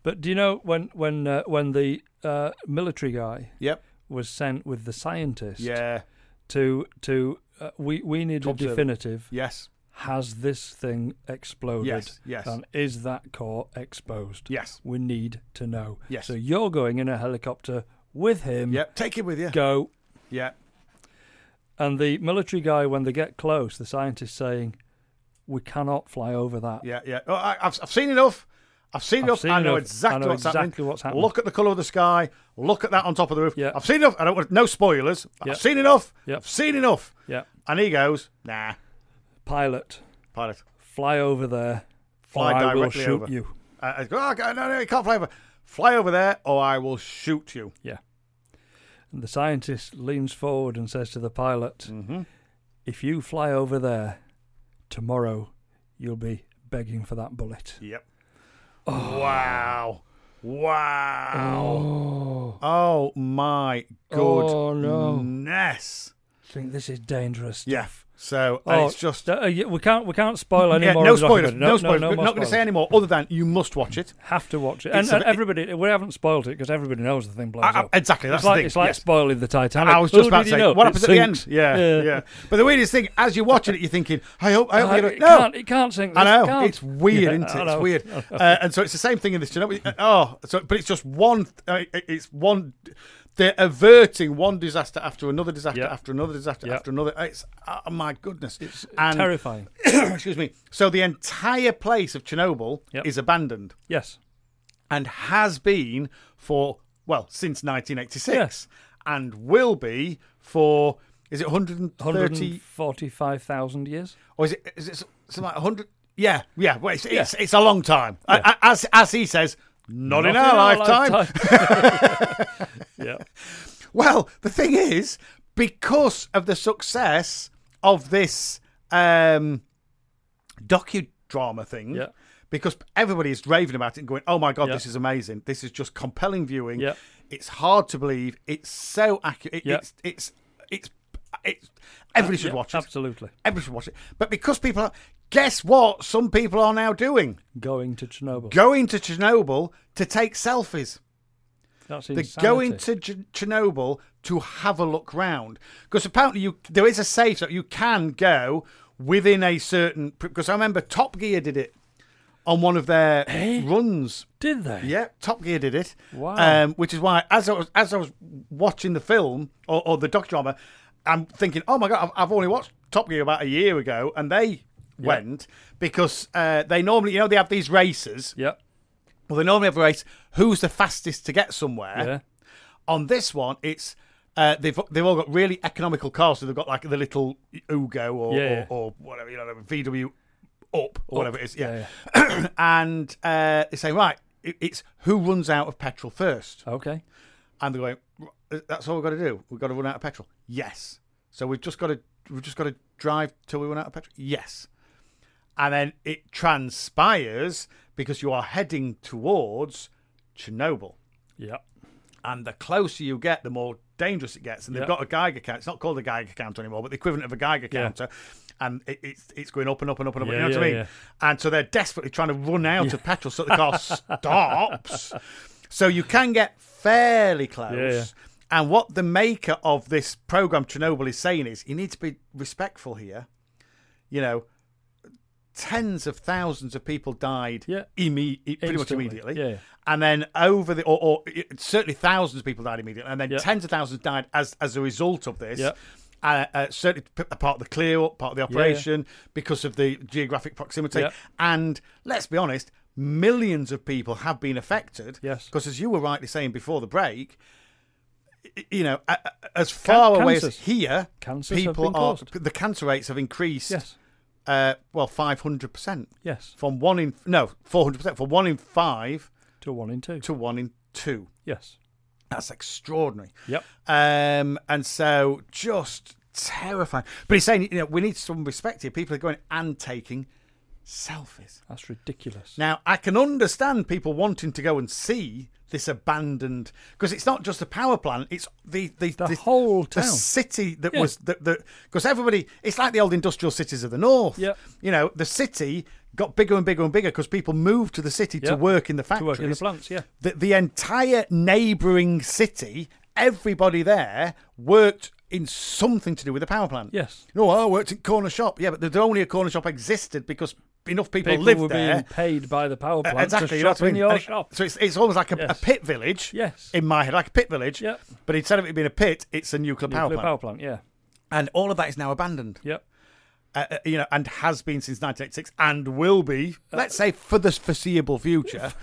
But do you know when when uh, when the uh, military guy Yep. was sent with the scientist Yeah. to to uh, we we need a observe it. definitive Yes. has this thing exploded Yes, yes. and is that core exposed Yes. we need to know Yes. so you're going in a helicopter with him Yep. Take it with you. go Yeah. and the military guy when they get close the scientist saying we cannot fly over that Yeah. Yeah. Oh, I, I've, I've seen enough. I've seen enough. seen I know enough. exactly I know what's exactly happening. what's happening. Look at the colour of the sky. Look at that on top of the roof. Yeah. I've seen enough. I don't want no spoilers. Yeah. I've seen enough. Yeah. I've seen enough. yeah And he goes, nah, pilot pilot. fly over there Fly or I will directly shoot over. you Uh, I go, oh, God, no, no, you can't fly over. Fly over there or I will shoot you. Yeah. And the scientist leans forward and says to the pilot, Mm-hmm. If you fly over there tomorrow, you'll be begging for that bullet. Yep. Wow. Wow. Oh, my goodness. Oh, no. I think this is dangerous. Yeah. So and Oh, it's just. uh, yeah, we can't we can't spoil any Yeah, more. no of the spoilers. documentary. No, spoilers. No, no We're more not going to spoilers. say any more other than you must watch it. Have to watch it, and, It's a and bit- everybody we haven't spoiled it because everybody knows the thing blows I- I- up. exactly, that's It's the like thing, it's like yes. spoiling the Titanic. I was just Oh, did about to you say, know? what It happens at the end? sinks. Yeah, yeah, But the weirdest thing, as you're watching it, you're thinking, I hope, I hope Uh, they don't. it No, can't. It can't sink. I this, know it can't. it's weird, Yeah, isn't I it? It's know. weird, [LAUGHS] uh, and so it's the same thing in this. You know, uh, oh, so but it's just one. Uh, it- it's one. They're averting one disaster after another disaster Yeah. after another disaster Yeah. after another. It's oh my goodness, it's and, Terrifying. [COUGHS] excuse me. So the entire place of Chernobyl Yep. is abandoned Yes. and has been for well since 1986, and will be for is it 130 145,000 years. or is it is it something like hundred? Yeah, yeah. Well, it's, it's it's a long time. A- a- As as he says, not, in, our, lifetime. [LAUGHS] yeah. Well, the thing is, because of the success of this um, docudrama thing, Yeah. because everybody is raving about it and going, "Oh my god, Yeah. this is amazing! This is just compelling viewing. Yeah. It's hard to believe. It's so accurate. It- Yeah. It's it's it's it's everybody should Yeah, watch it. Absolutely. Everybody should watch it. But because people are, guess what? Some people are now doing Going to Chernobyl. going to Chernobyl to take selfies. That's They're insanity. going to Ch- Chernobyl to have a look round because apparently you there is a safe that you can go within a certain because I remember Top Gear did it on one of their runs. Did they? Yeah, Top Gear did it. Wow. Um, which is why, as I was as I was watching the film or, or the docudrama, I'm thinking, oh my god, I've, I've only watched Top Gear about a year ago, and they went because uh, they normally, you know, they have these races. Yeah. Well, they normally have a race. Who's the fastest to get somewhere? Yeah. On this one, it's uh, they've they've all got really economical cars, so they've got like the little Ugo or Yeah. or, or whatever you know VW up or whatever it is, yeah. Yeah, [CLEARS THROAT] and uh, they say right, it, it's who runs out of petrol first, Okay. and they're going. "R- That's all we've got to do. We've got to run out of petrol. Yes. So we've just got to we've just got to drive till we run out of petrol. Yes. And then it transpires because you are heading towards Chernobyl Yeah. and the closer you get, the more dangerous it gets. And they've Yeah. got a Geiger count. It's not called a Geiger count anymore, but the equivalent of a Geiger Yeah. counter. and it, it's it's going up and up and up and up. you Yeah, know what I yeah, mean? yeah. And so they're desperately trying to run out of petrol so [LAUGHS] the car stops. So you can get fairly close. Yeah, yeah. And what the maker of this program Chernobyl is saying is, you need to be respectful here. You know, tens of thousands of people died Yeah. imme- pretty much Instantly. immediately. Yeah. And then over the, or, or it- certainly thousands of people died immediately. And then Yeah. tens of thousands died as, as a result of this. Yeah. Uh, uh, certainly p- part of the clear up, part of the yeah. operation, because of the geographic proximity. Yeah. And let's be honest, millions of people have been affected. Yes. Because as you were rightly saying before the break, y- you know, a- a- as far away as cancers. here, Cancers have people been are caused. the cancer rates have increased. Yes. Uh, well, five hundred percent Yes. from one in no four hundred percent from one in five To one in two. to one in two. Yes. That's extraordinary. Yep. Um, and so just terrifying. But he's saying, you know, we need some respect here. People are going and taking selfies. That's ridiculous. Now, I can understand people wanting to go and see this abandoned because it's not just the power plant; it's the the, The whole the town. city that Yeah. was that because everybody. It's like the old industrial cities of the north. Yep. you know, the city got bigger and bigger and bigger because people moved to the city to Yep. work in the to factories work in the plants, yeah. the, the entire neighbouring city, everybody there worked in something to do with the power plant. Yes. No, oh, I worked in corner shop. Yeah, but the, the only a corner shop existed because enough people, People lived were there. being paid by the power Uh, plant exactly, to you know shop what I mean? in your And it- shop. So it's, it's almost like a, a Yes. pit village. Yes. In my head, like a pit village. Yep. But instead of it being a pit, it's a nuclear, power Nuclear plant. power plant, yeah. And all of that is now abandoned. Yep. Uh, uh, you know, and has been since 1986 and will be, Uh, let's say, for the [LAUGHS] foreseeable future.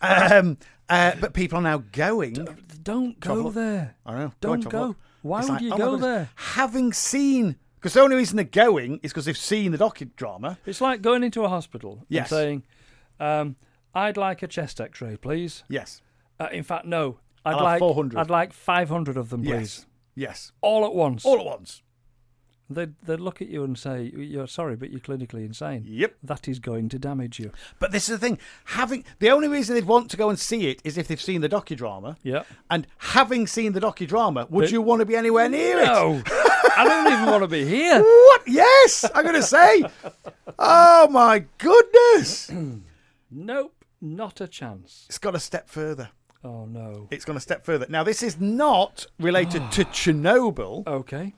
um, uh, but people are now going. Don't go Trouble. Uh. there. I know. Go Don't and have a go. look. Why It's would like, you oh my go goodness. there? Having seen, because the only reason they're going is because they've seen the docudrama. It's like going into a hospital and Yes. saying, um, "I'd like a chest X-ray, please." Yes. Uh, in fact, no. I'd I'll have like 400. I'd like 500 of them, please, Yes. Yes. all at once. All at once. They'd, they'd look at you and say, "You're sorry, but you're clinically insane." Yep. That is going to damage you. But this is the thing. Having the only reason they'd want to go and see it is if they've seen the docudrama. Yep. And having seen the docudrama, would They- you want to be anywhere near [LAUGHS] it? No, I don't even want to be here. What? Yes, I'm going to say. oh my goodness! Nope, not a chance. It's got a step further. Oh no. It's gone a step further. Now, this is not related to Chernobyl, Okay.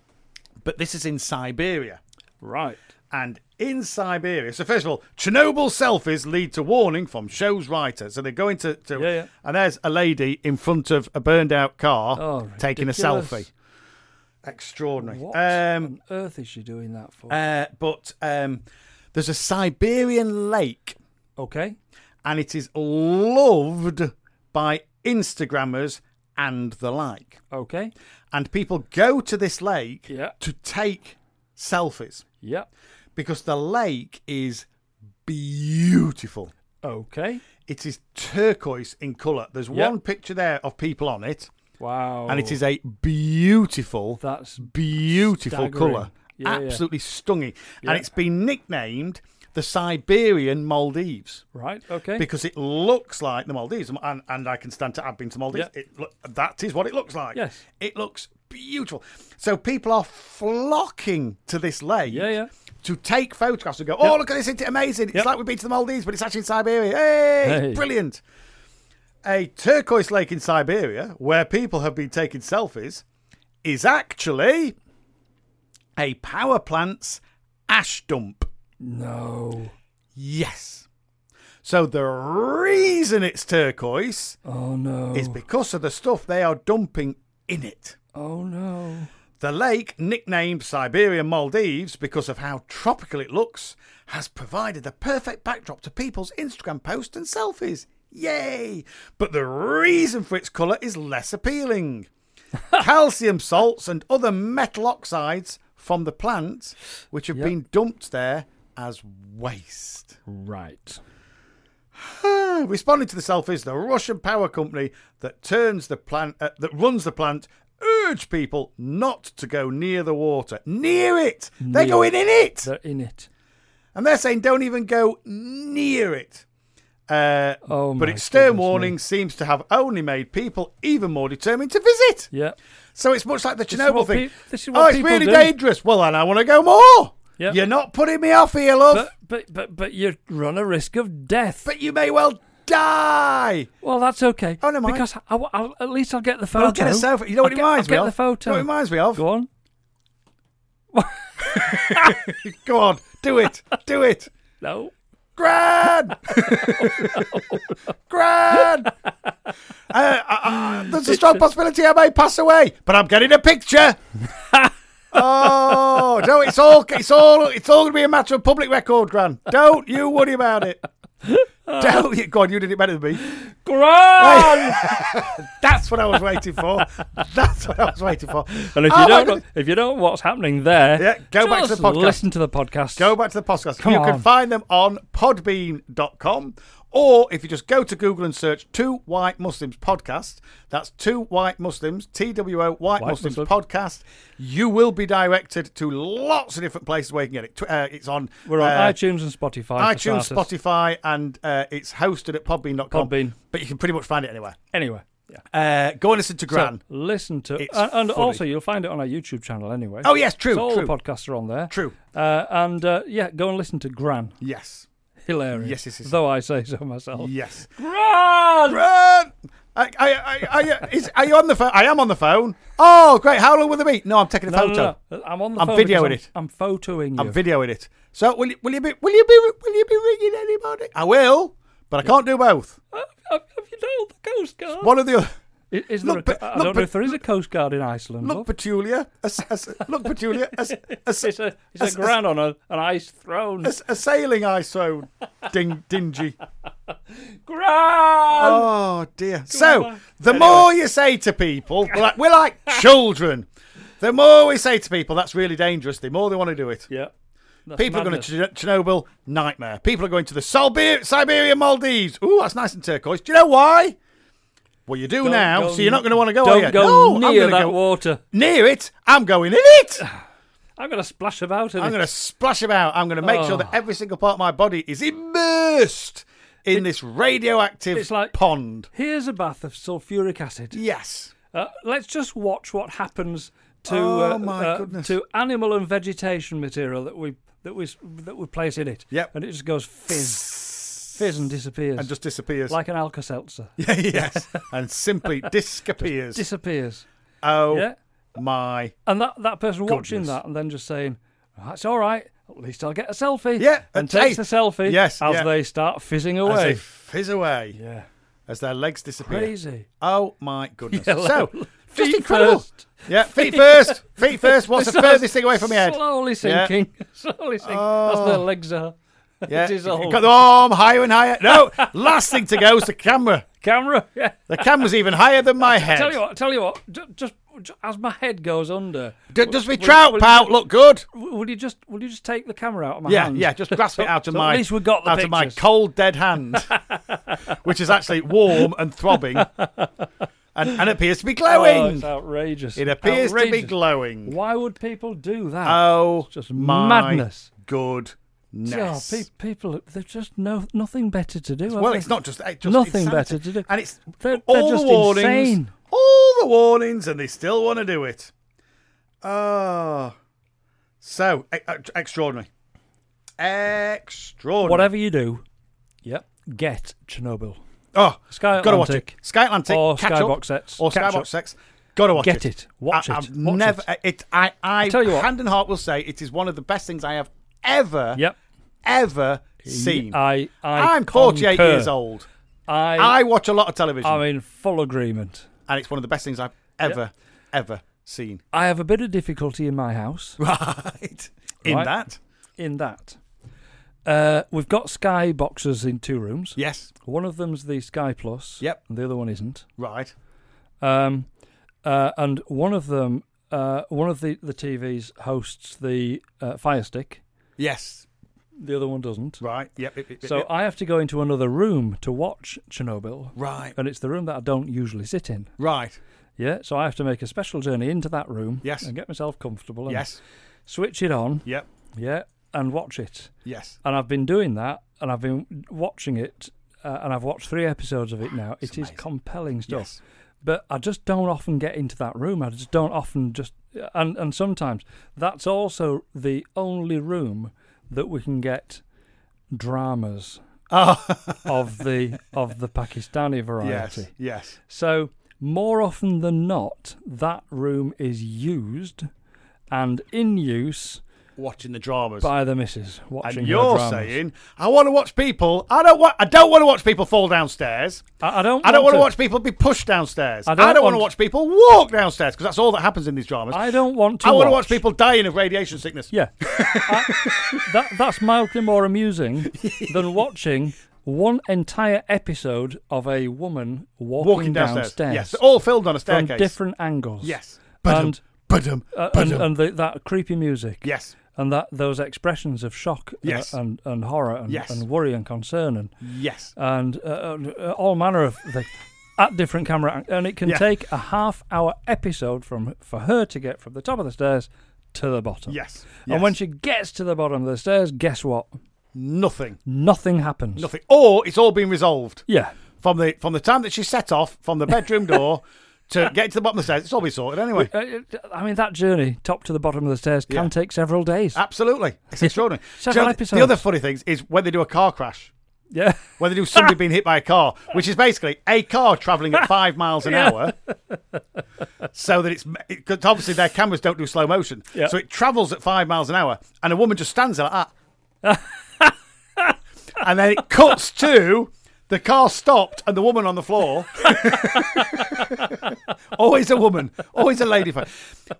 but this is in Siberia. Right. and in Siberia. So first of all, Chernobyl selfies lead to warning from show's writer. So they're going to, to Yeah, yeah. and there's a lady in front of a burned out car Oh, taking a ridiculous. selfie. Extraordinary. What Um, on earth is she doing that for? uh, but um, there's a Siberian lake, okay. and it is loved by Instagrammers and the like. Okay. And people go to this lake Yeah. to take selfies Yep. because the lake is beautiful. Okay. It is turquoise in colour. There's Yep. Oh. one picture there of people on it, Wow. and it is a beautiful, That's beautiful staggering. colour. Yeah, yeah. Absolutely stunning. Yeah. And it's been nicknamed the Siberian Maldives right. Okay. because it looks like the Maldives. And, and I can stand to have been to Maldives. Yeah. It look that is what it looks like. Yes. It looks beautiful. So people are flocking to this lake Yeah, yeah. to take photographs and go, oh, look at this, isn't it amazing? It's Yep. like we've been to the Maldives, but it's actually in Siberia. Hey, Hey. brilliant. A turquoise lake in Siberia where people have been taking selfies is actually a power plant's ash dump. no. Yes. So the reason it's turquoise Oh no. is because of the stuff they are dumping in it. oh no. The lake, nicknamed Siberian Maldives because of how tropical it looks, has provided the perfect backdrop to people's Instagram posts and selfies. Yay! But the reason for its colour is less appealing. Calcium salts and other metal oxides from the plant, which have Yep. been dumped there as waste. Right. Ah, [SIGHS] Responding to the selfies, the Russian power company that turns the plant uh, that runs the plant urge people not to go near the water. Near it, they're going in it, They're in it. and they're saying don't even go near it. Uh, Oh but my its stern goodness warning seems to have only made people even more determined to visit. Yeah. So it's much like the is what Chernobyl thing. peop- this is oh, what it's people really do. dangerous. Well, then I want to go more. Yeah. You're not putting me off here, love. But But, but but but you run a risk of death. you may well die. well, that's okay. Oh, never mind. Because I, will at least I'll get the But photo. I'll get a selfie. You know what I'll it get- reminds I'll me get of? the photo. You know what it reminds me of? Go on. Go on, do it, do it. [LAUGHS] No. Gran! Gran! [LAUGHS] Uh, uh, uh, there's a strong possibility I may pass away, but I'm getting a [LAUGHS] picture. oh no! It's all it's all it's all going to be a matter of public record, Gran. Don't you worry about it. Don't you? God, you did it better than me. Gran! [LAUGHS] That's what I was waiting for. That's what I was waiting for. And if Oh, you don't, my know, goodness. if you don't know what's happening there, Yeah, go back to just the podcast. Listen to the podcast. go back to the podcast. Come you on. can find them on podbean.com or if you just go to Google and search Two White Muslims Podcast, that's Two White Muslims, T W O White, Muslims Muslim. Podcast, you will be directed to lots of different places where you can get it. Tw- Uh, it's on, We're on uh, iTunes and Spotify. for iTunes, starters. Spotify, and uh, it's hosted at podbean.com. Podbean. But you can pretty much find it anywhere. Anyway, yeah. Uh, go and listen to So, Gran. listen to It's and, and funny. also you'll find it on our YouTube channel anyway. Oh, yes, true, So all true. the podcasts are on there. True. Uh, and uh, yeah, go and listen to Gran. yes. Hilarious. Yes, yes, yes. Though I say so myself. Yes. Gran. Run! I, I, I, I, uh, is, are you on the phone? I am on the phone. Oh, great. How long will they be? No, I'm taking a No, photo. no, no, no. I'm on the I'm phone because videoing I'm- it. I'm photoing you. I'm videoing it. So will you, will you be will you be will you be ringing anybody? I will, but I can't do both. have, have have you nailed the Coast Guard? One [LAUGHS] or the other. I- Is there Look, a, co- but- I look, don't know but- if there is a Coast Guard in Iceland. Look love. peculiar. As, as, look peculiar. [LAUGHS] As, as, it's a it's as- a gran on a, an ice throne. as- a sailing ice thrown. Ding, [LAUGHS] dingy. Um, Gran. Oh dear. So on. the more you say to people, we're like, [LAUGHS] we're like children. The more we say to people, that's really dangerous. The more they want to do it. Yeah. That's People madness. are going to Chernobyl, nightmare. People are going to the Siberia, Siberian Maldives. Ooh, that's nice and turquoise. Do you know why? Well, you do Don't now, go so you're not going to want to go. Don't are you? go Oh, no, near I'm that gonna go water. near it. I'm going in [LAUGHS] it. I'm going to splash about in I'm it. going to splash about. I'm going to make sure Oh. that every single part of my body is immersed in this radioactive it's like- pond. Here's a bath of sulfuric acid. Yes. Uh, let's just watch what happens to Oh, uh, my uh, goodness. to animal and vegetation material that we that we s- that we place in it. Yep. And it just goes fizz, fizz, and disappears. And just disappears. [LAUGHS] like an Alka Seltzer, [LAUGHS] yes. and simply disappears. disappears. oh Yeah. my. And that that person watching Goodness. that and then just saying, "That's all right. At least I'll get a selfie." Yeah, And and- takes hey, the selfie. yes, As yeah. they start fizzing As away. they fizz away yeah. as their legs disappear. Crazy. Oh my [LAUGHS] goodness! Yeah, so, like- just feet incredible. first. Yeah, feet [LAUGHS] first. Feet first. What's the Starts furthest thing away from your head? Oh. Slowly sinking. [LAUGHS] Slowly sinking. That's their legs are. Yeah, dissolve. got the arm higher and higher. [LAUGHS] No, last thing to go is the camera. Camera. [LAUGHS] Yeah. The camera's even higher than my head. Tell you what. Tell you what. ju- Just, ju- as my head goes under. D- does me trout will- pout look good? w- Will you just? Will you just take the camera out of my Yeah, hand? yeah. Just grasp it out [LAUGHS] of so at my least we got the out of my pictures. cold dead hand, [LAUGHS] which is actually warm and throbbing, and, and appears to be Oh, glowing. it's outrageous. it appears to be Outrageous. glowing. Why would people do that? Oh, just my madness. Goodness. Oh, pe- people, they've just no nothing better to do. have Well, they? it's not just, it's just Nothing insanity. better to do. and it's They're- they're all just the warnings, insane. all the warnings, and they still want to do it. Ah, so e- e- extraordinary, extraordinary. Whatever you do, yep. Get Chernobyl. Oh, Sky gotta watch it. Atlantic. Sky Atlantic Or catch Skybox up, sets. or Catch Skybox up. Sets. Gotta watch Get it. it. Watch I, it. I've Watch never. it. It. I. I tell you what. hand and heart will say it is one of the best things I have ever, Yep. ever seen. I, I I'm 48 concur. years old. I, I watch a lot of television. am in full agreement. and it's one of the best things I've ever, ever seen. I have a bit of difficulty in my house Right. [LAUGHS] In Right. that? in that uh, we've got Sky boxes in two rooms. Yes. One of them's the Sky Plus. Yep. And the other one isn't. Right. Um, uh, and one of them, uh, one of the, the TVs hosts the uh, Fire Stick. Yes. The other one doesn't. Right. Yep. yep, yep, So yep. I have to go into another room to watch Chernobyl. right. And it's the room that I don't usually sit in. Right. Yeah, so I have to make a special journey into that room. Yes. And get myself comfortable. And Yes. Switch it on. Yep. Yeah, and watch it. Yes. And I've been doing that, and I've been watching it, uh, and I've watched three episodes of it now. It is compelling stuff. Yes. But I just don't often get into that room. I just don't often just and and sometimes that's also the only room that we can get [LAUGHS] dramas of the of the Pakistani Oh. Yes. variety. Yes. So more often than not, that room is used and in use Watching the dramas. by the missus watching and her you're dramas. saying I want to watch people. I don't want. I don't want to watch people fall downstairs. I, I don't. I don't want want to watch people be pushed downstairs. I don't want to want- watch people walk downstairs because that's all that happens in these dramas. I don't want to. I want to watch people dying of radiation sickness. [LAUGHS] Yeah, I- that that's mildly more [LAUGHS] amusing than watching one entire episode of a woman walking, walking downstairs. downstairs Yes, all filmed on a from staircase. different angles. Yes, and Badum, uh, and, badum. and the, that creepy music. yes, And that those expressions of shock uh, Yes. and, and horror and, Yes. and worry and concern and yes. and uh, uh, all manner of things at different camera ang- and it can Yeah. take a half hour episode from for her to get from the top of the stairs to the bottom Yes, and yes. when she gets to the bottom of the stairs guess what Nothing, nothing happens nothing. Or it's all been resolved yeah from the from the time that she set off from the bedroom door [LAUGHS] to get to the bottom of the stairs. It's all been sorted anyway. Uh, it- I mean, that journey, top to the bottom of the stairs, can Yeah. take several days. Absolutely, it's [LAUGHS] extraordinary. Several Do you know the- episodes. The other funny things is when they do a car crash. yeah. [LAUGHS] When they do somebody being hit by a car, which is basically a car travelling at five miles an Yeah. hour, so that it's because obviously their cameras don't do slow motion, Yeah. so it travels at five miles an hour, and a woman just stands there like [LAUGHS] that, and then it cuts to the car stopped and the woman on [LAUGHS] the floor. always a woman, always a lady. fan.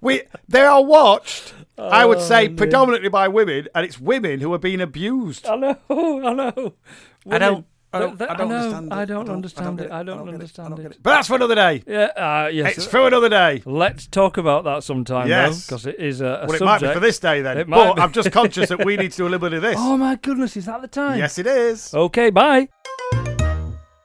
We they are watched, I Oh, would say, predominantly by women, and it's women who are being abused. I know, I know. I don't. I Th- don't, th- I don't know, understand it. I don't I understand get it. I don't get understand get it. But that's for another day. Yeah, uh, yes. It's for another day. Let's talk about that sometime, Yes. because it is a, a Well, it subject. might be for this day It then. might But be. [LAUGHS] I'm just conscious that we need to do a little bit of this. Oh my goodness, is that the time? Yes, it is. Okay, bye.